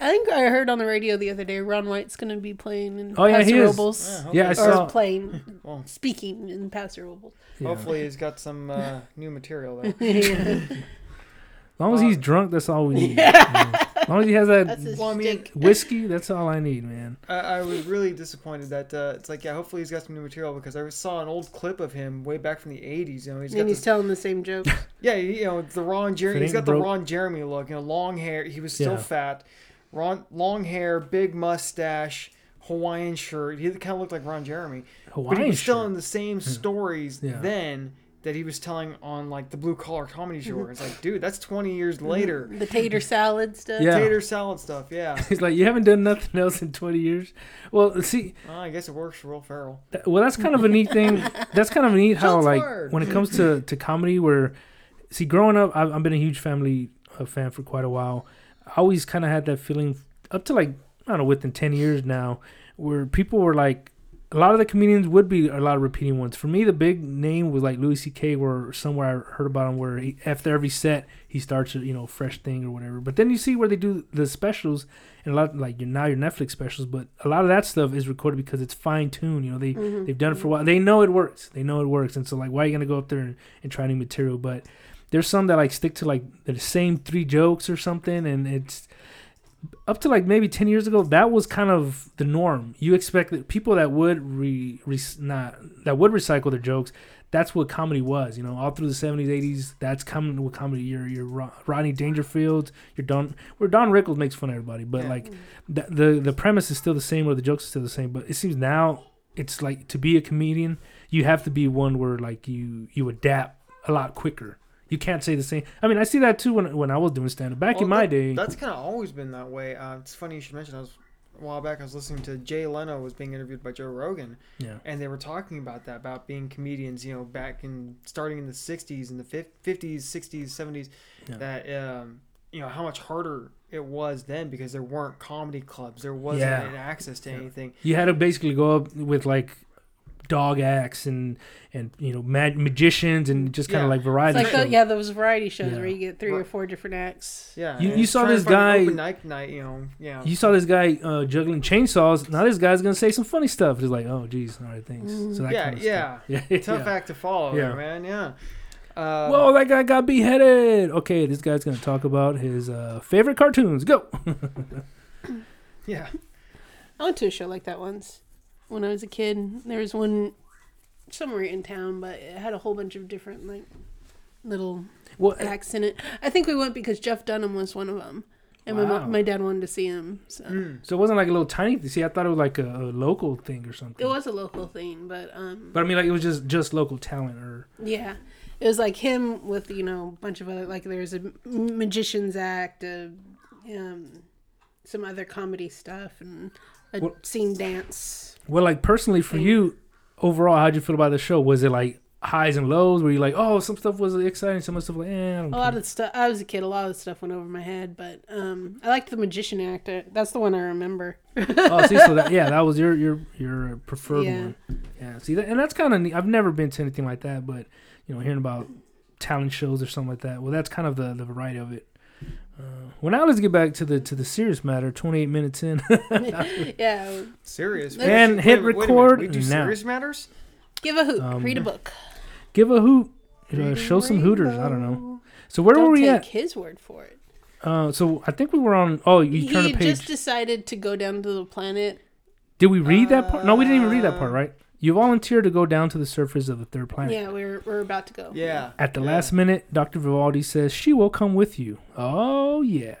S4: I think I heard on the radio the other day Ron White's going to be playing in
S2: Oh, yeah,
S4: Paso
S2: he is.
S4: Robles.
S1: Yeah,
S2: Yeah, I
S1: hopefully-
S4: Or
S2: saw. [laughs]
S4: playing,
S1: Well.
S4: speaking in Paso Robles.
S2: yeah.
S1: Hopefully, he's got some uh, new material there.
S2: As long as he's drunk, that's all
S1: [laughs]
S2: we need. Yeah. As long as he has
S4: [laughs] That's his
S2: that
S1: Well, I mean,
S4: stick.
S2: whiskey, that's all I need, man.
S1: I, I was really disappointed that uh, it's like yeah, hopefully he's got some new material because I saw an old clip of him way back from the '80s. You know, he's got
S4: And he's
S1: this,
S4: telling the
S2: [laughs]
S4: same joke.
S1: yeah, you know, the Ron
S2: If it
S1: Jeremy. He's got
S2: ain't
S1: the
S2: broke-
S1: Ron Jeremy look. You know, long hair. He was still
S2: Yeah.
S1: fat. Ron, long hair, big mustache, Hawaiian shirt. He kind of looked like Ron Jeremy, but he
S2: Hawaiian
S1: was still
S2: shirt. Hmm.
S1: in the same stories
S2: Yeah.
S1: then that he was telling on like the blue collar comedy show. it's
S2: [laughs]
S1: like, dude, that's 20 years later.
S4: the tater salad stuff.
S2: Mm-hmm. Yeah.
S1: Tater salad stuff. Yeah,
S2: [laughs] He's like, you haven't done nothing else in twenty years. Well, see,
S1: Well, I guess it works for Will Ferrell.
S2: That- well that's kind of a neat thing that's kind of a neat how
S1: Shots
S2: like
S1: fired.
S2: when it comes to to comedy where see growing up i've, I've been a huge family uh, fan for quite a while i always kind of had that feeling up to like i don't know within 10 years now where people were like a lot of the comedians would be a lot of repeating ones. For me, the big name was like Louis C.K. where somewhere I heard about him where he, after every set he starts a you know fresh thing or whatever. But then you see where they do the specials and a lot like your now your Netflix specials, but a lot of that stuff is recorded because it's fine tuned. You know they
S4: Mm-hmm.
S2: they've done it for a while. They know it works. They know it works. And so like why are you gonna go up there and, and try new material? But there's some that like stick to like the same three jokes or something, and it's up to like maybe 10 years ago that was kind of the norm you expect that people that would re, re not that would recycle their jokes that's what comedy was you know all through the 70s 80s that's coming with comedy your your Ro- rodney dangerfield your don where don rickles makes fun of everybody but
S1: Yeah.
S2: like the, the the premise is still the same or the jokes are still the same but it seems now it's like to be a comedian you have to be one where like you you adapt a lot quicker you can't say the same i mean i see that too when when i was doing stand-up back
S1: Well,
S2: in my
S1: that-
S2: day
S1: That's kind of always been that way. Uh, it's funny you should mention. I was a while back. I was listening to Jay Leno was being interviewed by Joe Rogan,
S2: yeah
S1: and they were talking about that about being comedians. You know, back in starting in the '60s and the fif- '50s, '60s, '70s,
S2: Yeah.
S1: that um, you know how much harder it was then because there weren't comedy clubs, there wasn't
S2: Yeah.
S1: an access to
S2: Yeah.
S1: anything.
S2: You had to basically go up with like dog acts and and you know mag- magicians and just kind
S1: Yeah.
S2: of like
S4: It's
S2: variety
S4: like,
S2: show.
S4: the, yeah, those variety shows
S2: Yeah.
S4: where you get three or
S1: Right.
S4: four different acts.
S1: Yeah,
S2: You-
S1: and
S2: you saw
S1: trying to
S2: this
S1: find an
S2: guy-
S1: open night, night. You know, yeah.
S2: You saw this guy uh, juggling chainsaws. Now this guy's gonna say some funny stuff. It's like, oh, geez, all right, thanks. So that
S1: Yeah,
S2: kind of
S1: yeah.
S2: stuff. [laughs] yeah,
S1: Tough act to follow,
S2: Yeah.
S1: man. Yeah. Uh,
S2: Whoa, that guy got beheaded. Okay, this guy's gonna talk about his uh, favorite cartoons. Go.
S1: yeah.
S4: I went to a show like that once when I was a kid. There was one somewhere in town, but it had a whole bunch of different like little
S2: Well,
S4: acts in it. I think we went because Jeff Dunham was one of them, and my
S2: Wow. Hmm.
S4: mom, my dad wanted to see him. So
S1: Mm.
S2: so it wasn't like a little tiny thing. See, I thought it was like a, a local thing or something.
S4: it was a local thing, but um,
S2: But I mean, like it was just just local talent or
S4: yeah, it was like him with you know a bunch of other like there's a m- magicians act, a, um, some other comedy stuff, and a
S2: What-
S4: scene dance.
S2: Well, like personally for you, overall, how'd you feel about the show? Was it like highs and lows? Were you like, oh, some stuff was exciting, some stuff like, eh, I don't
S4: A lot
S2: care.
S4: of the stuff. I was a kid. A lot of the stuff went over my head, but um, I liked the magician act. I- That's the one I remember.
S2: oh, see, so that yeah, that was your your your preferred
S4: Yeah.
S2: one. Yeah, see, that, and that's kind of neat. I've never been to anything like that, but you know, hearing about talent shows or something like that. Well, that's kind of the the variety of it. Uh, well, now let's get back to the to the serious matter. Twenty eight minutes in, [laughs]
S4: [laughs] yeah,
S1: Serious.
S4: And
S1: Wait a minute,
S2: hit
S1: wait a minute.
S2: record
S1: We do
S2: now.
S1: serious matters.
S4: give a hoot.
S2: Um,
S4: read a book.
S2: give a hoot, uh, show some hooters. I don't know. So where
S4: Don't
S2: were we
S4: take
S2: at?
S4: his word for it.
S2: Uh, so I think we were on. Oh, you turned
S4: he
S2: a page.
S4: just decided to go down to the planet.
S2: Did we read that part? No, we didn't even read
S4: uh,
S2: that part, right? You volunteered to go down to the surface of the third planet.
S4: Yeah, we're we're about to go.
S1: Yeah.
S2: At the
S1: yeah.
S2: last minute, Dr. Vivaldi says she will come with you. Oh, yeah.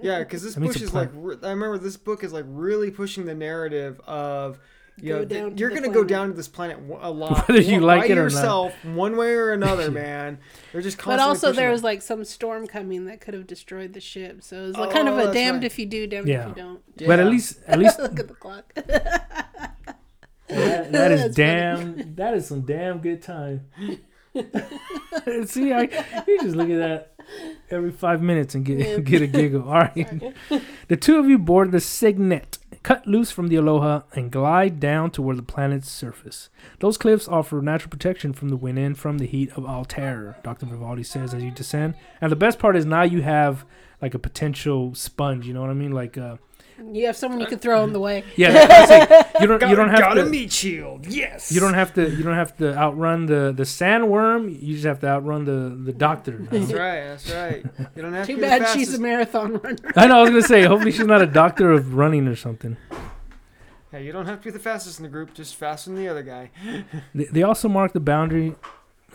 S1: Yeah, because this
S2: I mean, it's
S1: push
S2: a
S1: is like
S2: plant.
S1: re- I remember this book is like really pushing the narrative of you
S4: Go
S1: know th-
S4: down to
S1: you're
S4: the
S1: gonna go
S4: planet.
S1: down to this planet w- a lot
S2: [laughs] Whether you
S1: w-
S2: like
S1: by
S2: it or not.
S1: yourself one way or
S2: [laughs]
S1: another, man. They're just
S4: But
S1: constantly
S4: also,
S1: pushing
S4: there
S1: it.
S4: was like some storm coming that could have destroyed the ship. So it was like kind of
S1: Oh,
S4: a
S1: that's
S4: damned
S1: right.
S4: if you do, damned
S2: Yeah.
S4: if you don't. [laughs]
S2: But at
S1: Yeah.
S2: least, at least
S4: Look at the clock. [laughs]
S2: that- that is
S4: That's funny.
S2: damn. That is some damn good
S4: [laughs]
S2: time. [laughs] See, I you just look at that every five minutes and get
S4: Yeah.
S2: get a giggle. All
S4: [laughs]
S2: right, the two of you board the Signet, cut loose from the Aloha, and glide down toward the planet's surface. Those cliffs offer natural protection from the wind and from the heat of Altair, Doctor Vivaldi says as you descend. And the best part is now you have like a potential sponge. You know what I mean? Like, uh,
S4: You have someone you could throw in the way.
S2: yeah, that's it. you don't
S1: gotta,
S2: you don't have
S1: gotta
S2: to
S1: meat shield. Yes.
S2: you don't have to. You don't have to outrun the the sandworm. You just have to outrun the the doctor.
S1: That's
S4: [laughs]
S1: right. That's right. You don't have
S4: Too
S1: to. be
S4: bad
S1: the
S4: she's a
S1: fastest-
S4: marathon runner.
S2: I know. I was gonna say. Hopefully, she's not a doctor of running or something.
S1: Hey, you don't have to be the fastest in the group. Just faster than the other guy.
S2: They, they also mark the boundary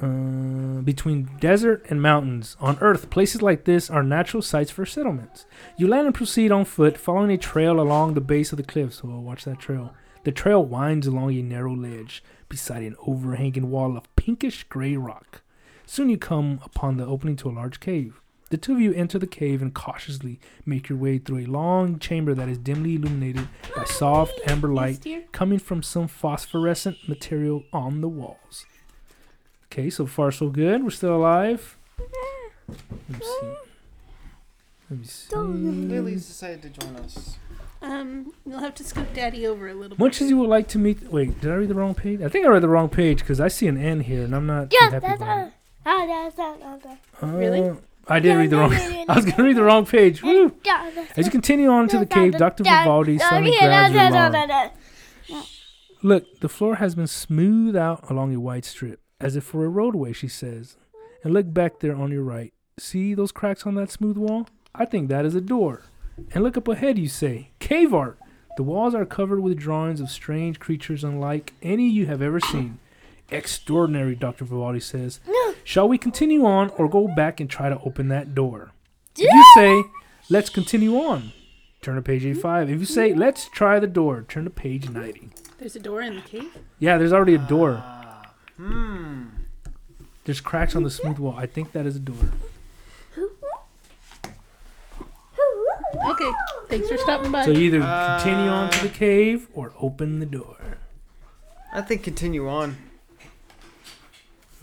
S2: uh, between desert and mountains. On Earth, places like this are natural sites for settlements. You land and proceed on foot, following a trail along the base of the cliffs. Oh, watch that trail. The trail winds along a narrow ledge beside an overhanging wall of pinkish gray rock. Soon you come upon the opening to a large cave. The two of you enter the cave and cautiously make your way through a long chamber that is dimly illuminated by soft amber light coming from some phosphorescent material on the walls. Okay, so far so good. We're still alive. Let me see. Let me see.
S4: Mm.
S1: Lily's decided to join us.
S4: Um, you'll have to scoot Daddy over a little
S2: Much
S4: bit.
S2: as you would like to meet. Wait, did I read the wrong page? I think I read the wrong page because I see an N here and I'm not.
S5: Yeah,
S2: happy
S5: that's
S2: about
S5: not. Ah, that's not. That's not.
S2: it.
S4: Really?
S2: Uh, I did
S5: Yeah,
S2: read the
S5: no,
S2: [laughs] wrong.
S5: no, no,
S2: I was gonna
S5: no,
S2: read the
S5: no.
S2: wrong page. Woo!
S5: Yeah, that's
S2: As you
S5: not-
S2: continue on to the
S5: that's
S2: cave,
S5: not-
S2: Dr.
S5: that's-
S2: Vivaldi
S5: that's-
S2: suddenly
S5: yeah,
S2: grabs your
S5: that's-
S2: arm.
S5: that's- that's-
S2: Look, the floor has been smoothed out along a wide strip, as if for a roadway, she says. And look back there on your right. See those cracks on that smooth wall? I think that is a door. And look up ahead, you say. Cave art! The walls are covered with drawings of strange creatures unlike any you have ever seen. Extraordinary, Dr. Vivaldi says. Shall we continue on or go back and try to open that door? If you say, let's continue on, turn to page 85. If you say, let's try the door, turn to page 90.
S4: There's a door in the cave.
S2: Yeah, there's already a door.
S1: Hmm.
S2: There's cracks on the smooth wall. I think that is a door.
S4: Okay, thanks for stopping by.
S2: So you either continue on to
S1: Uh.
S2: the cave or open the door.
S1: I think continue on.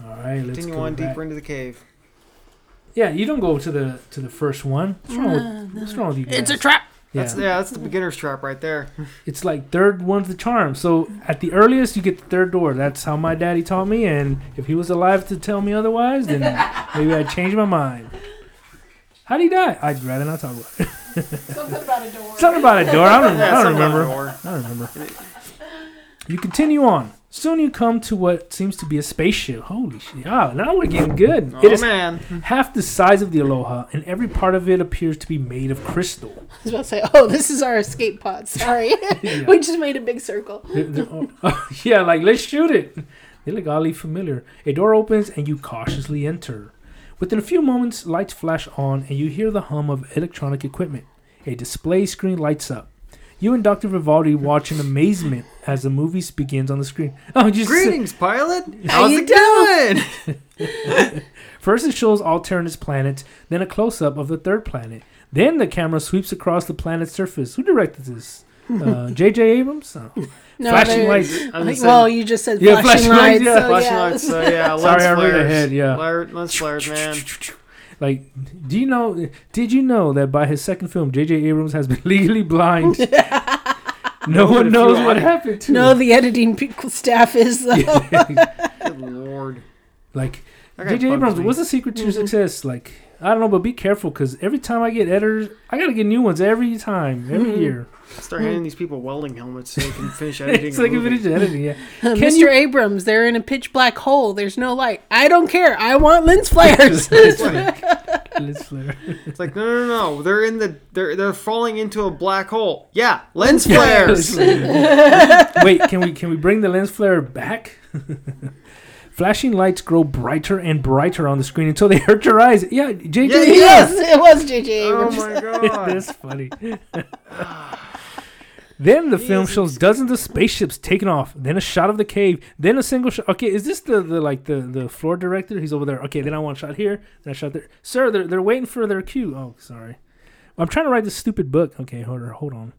S2: All right, let's
S1: Continue
S2: go
S1: on
S2: back.
S1: deeper into the cave.
S2: Yeah, you don't go to the to the first one. What's wrong with, what's wrong with you guys?
S4: it's a trap.
S2: yeah.
S1: That's yeah, that's the beginner's trap right there.
S2: it's like third one's the charm. So at the earliest, you get the third door. That's how my daddy taught me. And if he was alive to tell me otherwise,
S4: [laughs]
S2: then maybe I'd change my mind. How would he die? I'd rather not talk about it.
S4: Something about a door.
S2: Something about a door. [laughs] I don't,
S1: Yeah,
S2: I don't
S1: something on the
S2: remember.
S1: door.
S2: I don't remember. You continue on. Soon you come to what seems to be a spaceship. Holy shit. Ah, now we're getting good.
S1: Oh
S2: it is
S1: man.
S2: half the size of the Aloha, and every part of it appears to be made of
S1: [laughs]
S2: crystal. [laughs]
S4: I was about to say, oh, this is our escape pod. Sorry.
S2: Yeah.
S4: [laughs] we just made a big circle.
S2: They're- they're all- oh, [laughs] yeah, like, let's shoot it. [laughs] They look oddly familiar. A door opens, and you cautiously enter. Within a few moments, lights flash on, and you hear the hum of electronic equipment. A display screen lights up. You and Dr. Vivaldi watch in amazement as the movie begins on the screen. Oh, you [laughs] just
S1: Greetings, pilot. How's
S4: you
S1: it going?
S2: First, it shows alternate planets, then a close up of the third planet. Then the camera sweeps across the planet's surface. Who directed this?
S4: [laughs]
S2: Uh, J.J. Abrams? Oh.
S4: No,
S2: Flashing
S4: there-
S2: lights.
S1: I'm just
S4: well,
S1: saying-
S4: you just said
S2: Yeah,
S4: flashing,
S2: flashing lights, uh,
S4: lights.
S2: yeah.
S1: flashing
S4: so yeah.
S1: lights. So
S2: [laughs]
S1: yeah,
S2: Sorry,
S1: lens
S2: I read
S1: flares.
S2: ahead, yeah.
S1: Flare- lens flares, man.
S2: Like, do you know? Did you know that by his second film, J.J. Abrams has been [laughs] legally
S4: [laughs]
S2: blind? no
S1: Nobody
S2: one knows
S1: knew
S2: what
S1: I-
S2: happened to
S4: [laughs] No,
S2: him.
S4: the editing pe- staff is. Uh,
S1: Good lord.
S2: [laughs] Like,
S1: That guy
S2: J.J.
S1: bugs
S2: Abrams,
S1: me.
S2: what's the secret to your
S4: Mm-hmm.
S2: success? Like, I don't know, but be careful because every time I get editors, I gotta get new ones every time, every
S4: Mm-hmm.
S2: year.
S1: Start handing these people welding helmets so they can finish editing.
S2: [laughs] It's
S1: a
S2: like a
S1: movie.
S2: video editing, yeah. Can
S4: Mr.
S2: you-
S4: Abrams, they're in a pitch black hole. There's no light. I don't care. I want
S2: [laughs]
S4: lens flares.
S2: It's like- Lens flare.
S1: It's like no, no, no, no. They're in the. They're they're falling into a black hole. Yeah, lens
S2: [laughs]
S1: flares.
S2: Wait, can we can we bring the lens flare back? [laughs] Flashing lights grow brighter and brighter on the screen until they hurt your eyes. Yeah, JJ.
S1: Yeah, yeah.
S4: [laughs] yes, it was JJ
S1: oh
S4: Abrams.
S1: my
S2: [laughs]
S1: god.
S2: That's funny. then the film shows dozens of spaceships taking off. Then a shot of the cave. Then a single shot. Okay, is this the, the like the, the floor director? He's over there. Okay, then I want a shot here. Then a shot there. Sir, they're they're waiting for their cue. Oh, sorry. I'm trying to write this stupid book. Okay, hold on. Hold on.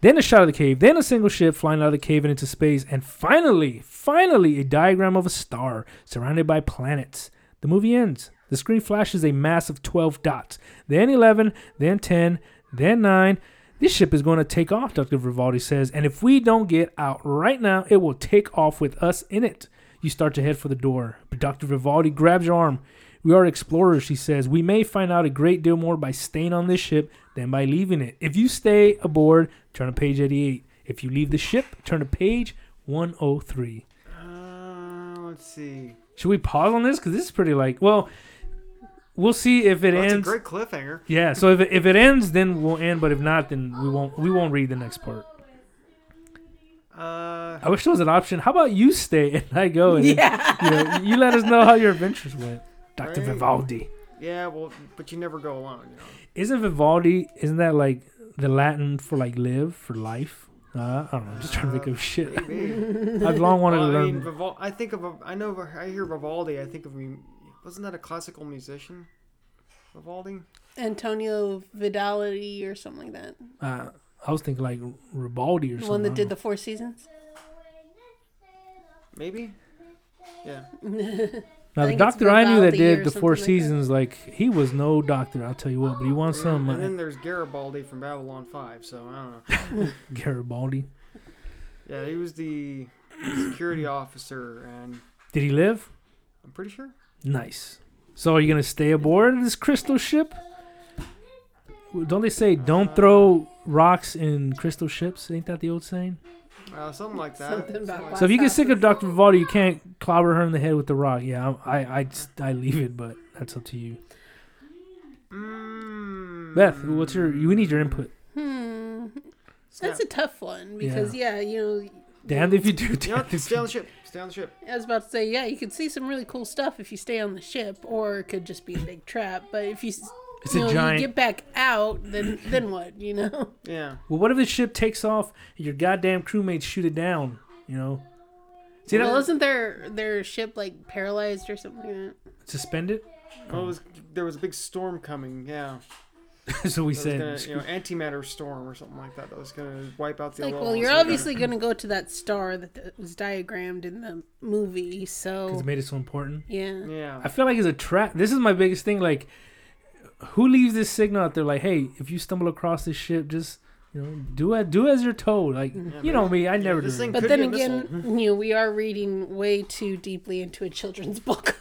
S2: Then a shot of the cave. Then a single ship flying out of the cave and into space. And finally, finally, a diagram of a star surrounded by planets. The movie ends. The screen flashes a mass of 12 dots, then 11, then 10, then 9. This ship is going to take off, Dr. Vivaldi says, and if we don't get out right now, it will take off with us in it. You start to head for the door, but Dr. Vivaldi grabs your arm. We are explorers, she says. We may find out a great deal more by staying on this ship than by leaving it. If you stay aboard, turn to page 88. If you leave the ship, turn to page 103.
S1: Uh, let's see.
S2: Should we pause on this? Because this is pretty like, well, we'll see if it
S1: Well, that's a
S2: ends.
S1: great cliffhanger.
S2: Yeah, so if it, if it ends, then we'll end. But if not, then we won't we won't read the next part.
S1: Uh,
S2: I wish there was an option. How about you stay and I
S1: [laughs]
S2: go? And yeah. You, know, you let us know how your adventures went, Doctor
S1: Right.
S2: Vivaldi.
S1: yeah, well, but you never go alone. You know?
S2: Isn't Vivaldi? Isn't that like the Latin for like live for life? Uh, I don't know. I'm just trying to think of shit.
S1: Maybe.
S2: I've long wanted
S1: Well,
S2: to
S1: I
S2: learn.
S1: mean, Vival- I think of. I know. I hear Vivaldi. I think of. mu- Wasn't that a classical musician? Vivaldi.
S4: Antonio Vidality or something like that.
S2: uh, I was thinking like Ribaldi or
S4: The
S2: something.
S4: one
S2: I
S4: that
S2: don't
S4: did
S2: know.
S4: the Four Seasons.
S1: Maybe. Yeah.
S2: Now
S4: I
S2: the
S4: think it's
S2: doctor I knew
S4: Vivaldi
S2: that
S4: or
S2: did the Four
S4: something like that.
S2: Seasons, like he was no doctor, I'll tell you what, but he won some
S1: and
S2: uh,
S1: then there's Garibaldi from Babylon 5, so I don't know.
S2: Garibaldi.
S1: Yeah, he was the security officer, and
S2: Did he live?
S1: I'm pretty sure.
S2: Nice. So are you gonna stay aboard this crystal ship? Don't they say don't throw rocks in crystal ships? Ain't that the old saying?
S1: Uh, something like that.
S4: Something about
S1: like
S2: So if you get
S4: Glass
S2: sick of Dr. Vivaldi, you can't clobber her in the head with the rock. Yeah, I, I, I'd s- I leave it, but that's up to you.
S1: Mm,
S2: Beth, what's your? We need your input.
S4: Hmm.
S1: Snap.
S4: That's a tough one because yeah, you know,
S2: Damned if you do.
S1: You know
S2: Damned
S1: what?
S2: if
S1: Stay on
S2: you.
S1: the ship. Stay on the ship.
S4: I was about to say yeah, you could see some really cool stuff if you stay on the ship, or it could just be a big trap. But if you, s-
S2: It's
S4: you
S2: a
S4: know,
S2: giant.
S4: you get back out, then then what? You know,
S1: Yeah.
S2: Well, what if the ship takes off and your goddamn crewmates shoot it down? You know, see
S4: well,
S2: that
S4: isn't their their ship like paralyzed or something? Like
S2: suspend it. [laughs]
S1: Well, it was, there was a big storm coming. Yeah.
S2: so we
S1: That was
S2: said.
S1: gonna, you know, antimatter storm or something like that. That was gonna wipe out the.
S4: that? Like,
S1: Alolan
S4: well, you're
S1: Centaur.
S4: obviously gonna go to that star that th- was diagrammed in the movie,
S2: Because
S4: so
S2: it made it so important.
S4: yeah.
S1: Yeah.
S2: I feel like it's a trap. This is my biggest thing. Like, who leaves this signal out there? Like, hey, if you stumble across this ship, just you know, do as do as you're told. Like, you know me, I never do.
S1: this
S2: that.
S1: thing
S4: But
S1: could
S4: then
S1: be a missile.
S4: again, you know, we are reading way too deeply into a children's [laughs] book.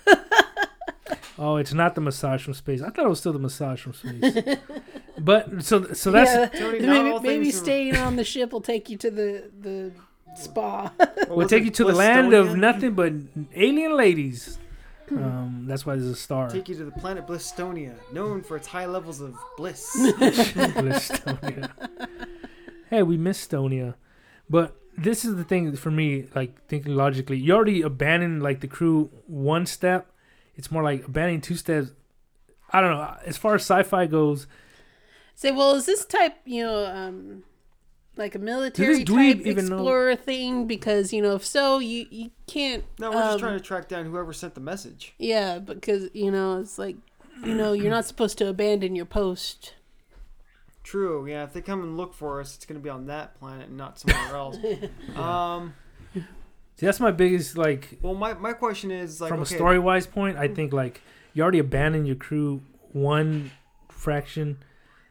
S2: Oh, it's not the massage from space. I thought it was still the massage from space. but so so that's
S4: yeah,
S1: Tony, not all
S4: maybe,
S1: things
S4: maybe
S1: are-
S4: staying on the ship will take you to the the spa. [laughs]
S1: What
S2: we'll
S1: was
S2: take
S1: it,
S2: you to the land of
S1: Blistonia?
S2: nothing but alien ladies. Um, that's why there's a star. [laughs]
S1: Take you to the planet Blistonia, known for its high levels of
S2: [laughs]
S1: bliss.
S2: Blistonia. hey, we miss Stonia. But this is the thing for me, like thinking logically, you already abandoned like the crew one step. It's more like abandoning two steps. I don't know. As far as sci-fi goes,
S4: Say, well, is this type, you know, um, like a military
S2: dweeb
S4: type
S2: even know-
S4: explorer thing? Because you know, if so, you you can't.
S1: no, we're just
S4: um,
S1: trying to track down whoever sent the message.
S4: Yeah, because you know, it's like, you know, you're not supposed to abandon your post.
S1: True. Yeah. If they come and look for us, it's gonna be on that planet and not
S2: [laughs]
S1: somewhere else. Um.
S2: see, that's my biggest like
S1: Well, my, my question is like
S2: from
S1: okay, Hmm.
S2: a story wise point, I think like you already abandoned your crew one fraction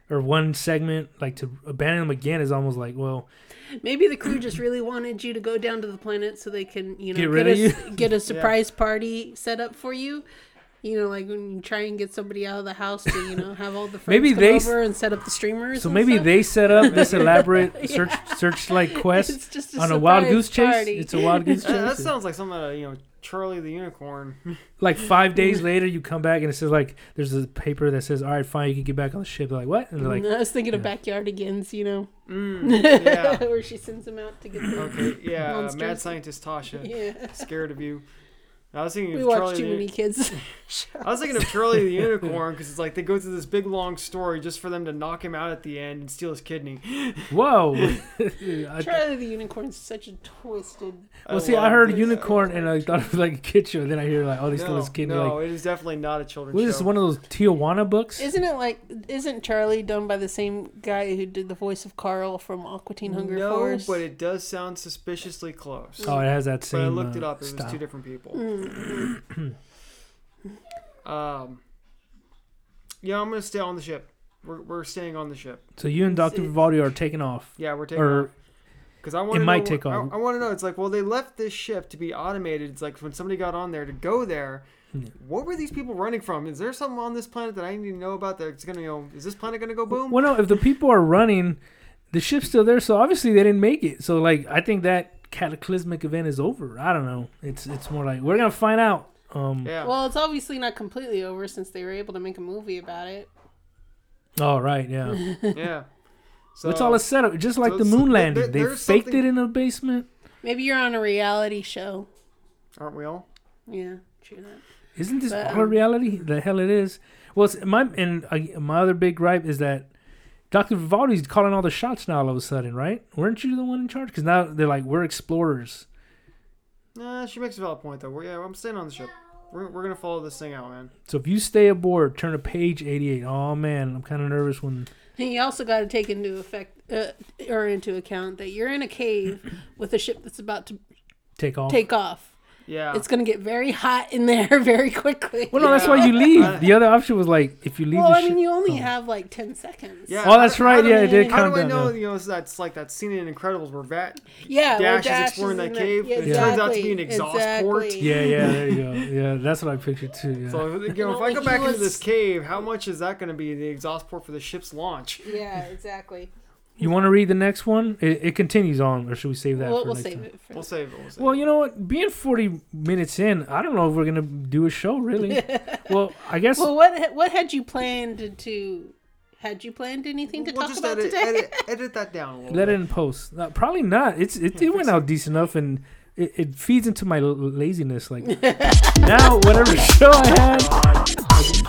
S2: or one segment. Like to abandon them again is almost like well,
S4: Maybe the crew just really wanted you to go down to the planet so they can, you know,
S2: Get rid
S4: a,
S2: of
S4: s-
S2: [laughs]
S4: get a surprise party set up for you. You know, like when you try and get somebody out of the house to, you know, have all
S2: [laughs]
S4: the friends
S2: Maybe
S4: come
S2: they s-
S4: over and set up the streamers.
S2: so
S4: and
S2: maybe
S4: stuff.
S2: they set up this elaborate search search like quest
S4: [laughs] It's just
S2: on a wild
S4: surprise
S2: goose chase.
S4: party.
S2: It's a
S1: [laughs]
S2: wild
S4: [laughs]
S2: goose
S1: That, that
S2: chase.
S1: sounds like something out of, you know Charlie the
S2: [laughs]
S1: Unicorn.
S2: like five
S4: [laughs]
S2: days later, you come back and it says like there's a paper that says, "All right, fine, you can get back on the ship." They're like what? And they're
S4: [laughs]
S2: like,
S4: I was thinking of
S2: yeah.
S4: backyardigans,
S2: [laughs]
S4: you know,
S1: Mm, yeah.
S4: [laughs] where she sends them out to get
S2: Oh,
S4: [laughs] the
S1: Okay. Yeah. uh, Mad
S4: Monsters.
S1: scientist Tasha,
S4: [laughs] yeah.
S1: scared of you. I was thinking
S4: We
S1: of
S4: watch
S1: Charlie.
S4: too
S1: the,
S2: [laughs]
S4: many kids. [laughs]
S1: I was thinking of Charlie the Unicorn because it's like they go through this big long story just for them to knock him out at the end and steal his kidney. [laughs]
S2: "Whoa!" [laughs] I,
S4: Charlie the Unicorn's such a twisted.
S2: well, see, I
S1: love
S2: heard
S1: this.
S2: unicorn and I thought it was like a kid show. Then I hear like, "Oh, they
S1: No,
S2: still this kid." and they're
S1: no,
S2: Like,
S1: it is definitely not a children's
S2: what is this?
S1: show.
S2: One of those Tijuana books?
S4: Isn't it like? Isn't Charlie done by the same guy who did the voice of Carl from Aqua Teen Hunger
S1: no,
S4: Force?
S1: but it does sound suspiciously close.
S2: Oh, it has that
S1: but
S2: same.
S1: I looked
S2: uh,
S1: it up. It
S2: style.
S1: was two different
S2: [coughs]
S1: people. Um, yeah, I'm gonna stay on the ship. We're, we're staying on the ship.
S2: So you and Doctor Vivaldi are taking off,
S1: Yeah, we're taking.
S2: or
S1: Because I want to
S2: might
S1: know,
S2: take
S1: I,
S2: all-
S1: I want to know. It's like, well, they left this ship to be automated. It's like when somebody got on there to go there.
S2: Hmm.
S1: What were these people running from? Is there something on this planet that I need to know about that's gonna, you know, is this planet gonna go boom?
S2: well, no, if the people are running, the ship's still there, so obviously they didn't make it. So like, I think that cataclysmic event is over. I don't know. It's it's more like we're gonna find out. Um.
S4: [laughs]
S1: Yeah.
S4: well, it's obviously not completely over since they were able to make a movie about it.
S2: All right. Yeah. [laughs]
S1: yeah. So
S2: it's all a setup, just like
S1: so
S2: the
S1: it's-
S2: moon
S1: there-
S2: landing.
S1: there-
S2: they
S1: there's
S2: faked
S1: something-
S2: it in a basement.
S4: Maybe you're on a reality show.
S1: aren't we all?
S4: Yeah, true that.
S2: Isn't this
S4: But,
S2: all a
S4: um,
S2: reality? The hell it is. Well, it's, my and uh, my other big gripe is that Doctor Vivaldi's calling all the shots now. All of a sudden, right? Weren't you the one in charge? Because now they're like we're explorers.
S1: Nah, she makes a valid point though. We're, yeah, I'm staying on the ship. We're, we're gonna follow this thing out, man.
S2: So if you stay aboard, turn to page 88. Oh man, I'm kind of nervous when
S4: And you also got to take into effect uh,
S1: [laughs]
S4: or into account that you're in a cave with a ship that's about to
S2: take off.
S4: take off.
S1: Yeah.
S4: It's gonna get very hot in there [laughs] very quickly.
S2: Well, no, that's why you leave. The other option was like if you leave.
S4: [laughs] Well,
S2: the
S4: I mean,
S2: shit-
S4: you only
S2: oh.
S4: have like ten seconds.
S1: Yeah.
S2: Oh, that's right.
S1: do
S2: Yeah,
S1: we-
S2: it did
S1: How
S2: count
S1: do I
S2: down.
S1: know?
S2: now.
S1: You know, it's, that's like that scene in Incredibles where
S2: [laughs]
S1: Vat
S4: Yeah. well,
S1: Dash is exploring
S4: in
S1: that cave,
S4: yeah,
S1: and
S2: it
S1: turns out to
S4: exactly,
S1: be an exhaust port.
S4: exactly.
S2: Yeah, yeah, there you go. Yeah, that's what I pictured too. Yeah.
S1: So you know, if I
S4: Well,
S1: go
S4: he
S1: back into
S4: was-
S1: this cave, how much is that going to be the exhaust port for the ship's launch?
S4: Yeah, exactly.
S2: you want to read the next one? It, it continues on, or should we save that?
S4: We'll,
S2: for
S4: we'll
S2: next
S4: save
S2: time?
S4: it for.
S1: We'll save it. We'll save
S2: Well,
S1: it.
S2: you know what? Being 40 minutes in, I don't know if we're going to do a show,
S4: [laughs]
S2: really. well, I guess.
S4: Well, what what had you planned to? Had you planned anything to
S1: We'll
S4: talk
S1: just
S4: about
S1: edit,
S4: today?
S1: edit, edit that down a
S4: [laughs]
S1: little.
S2: Let
S1: bit.
S2: it in post. Uh, probably not. It's it, it went out decent enough, and it,
S4: [laughs]
S2: it feeds into my l- laziness. Like now, whatever show I had,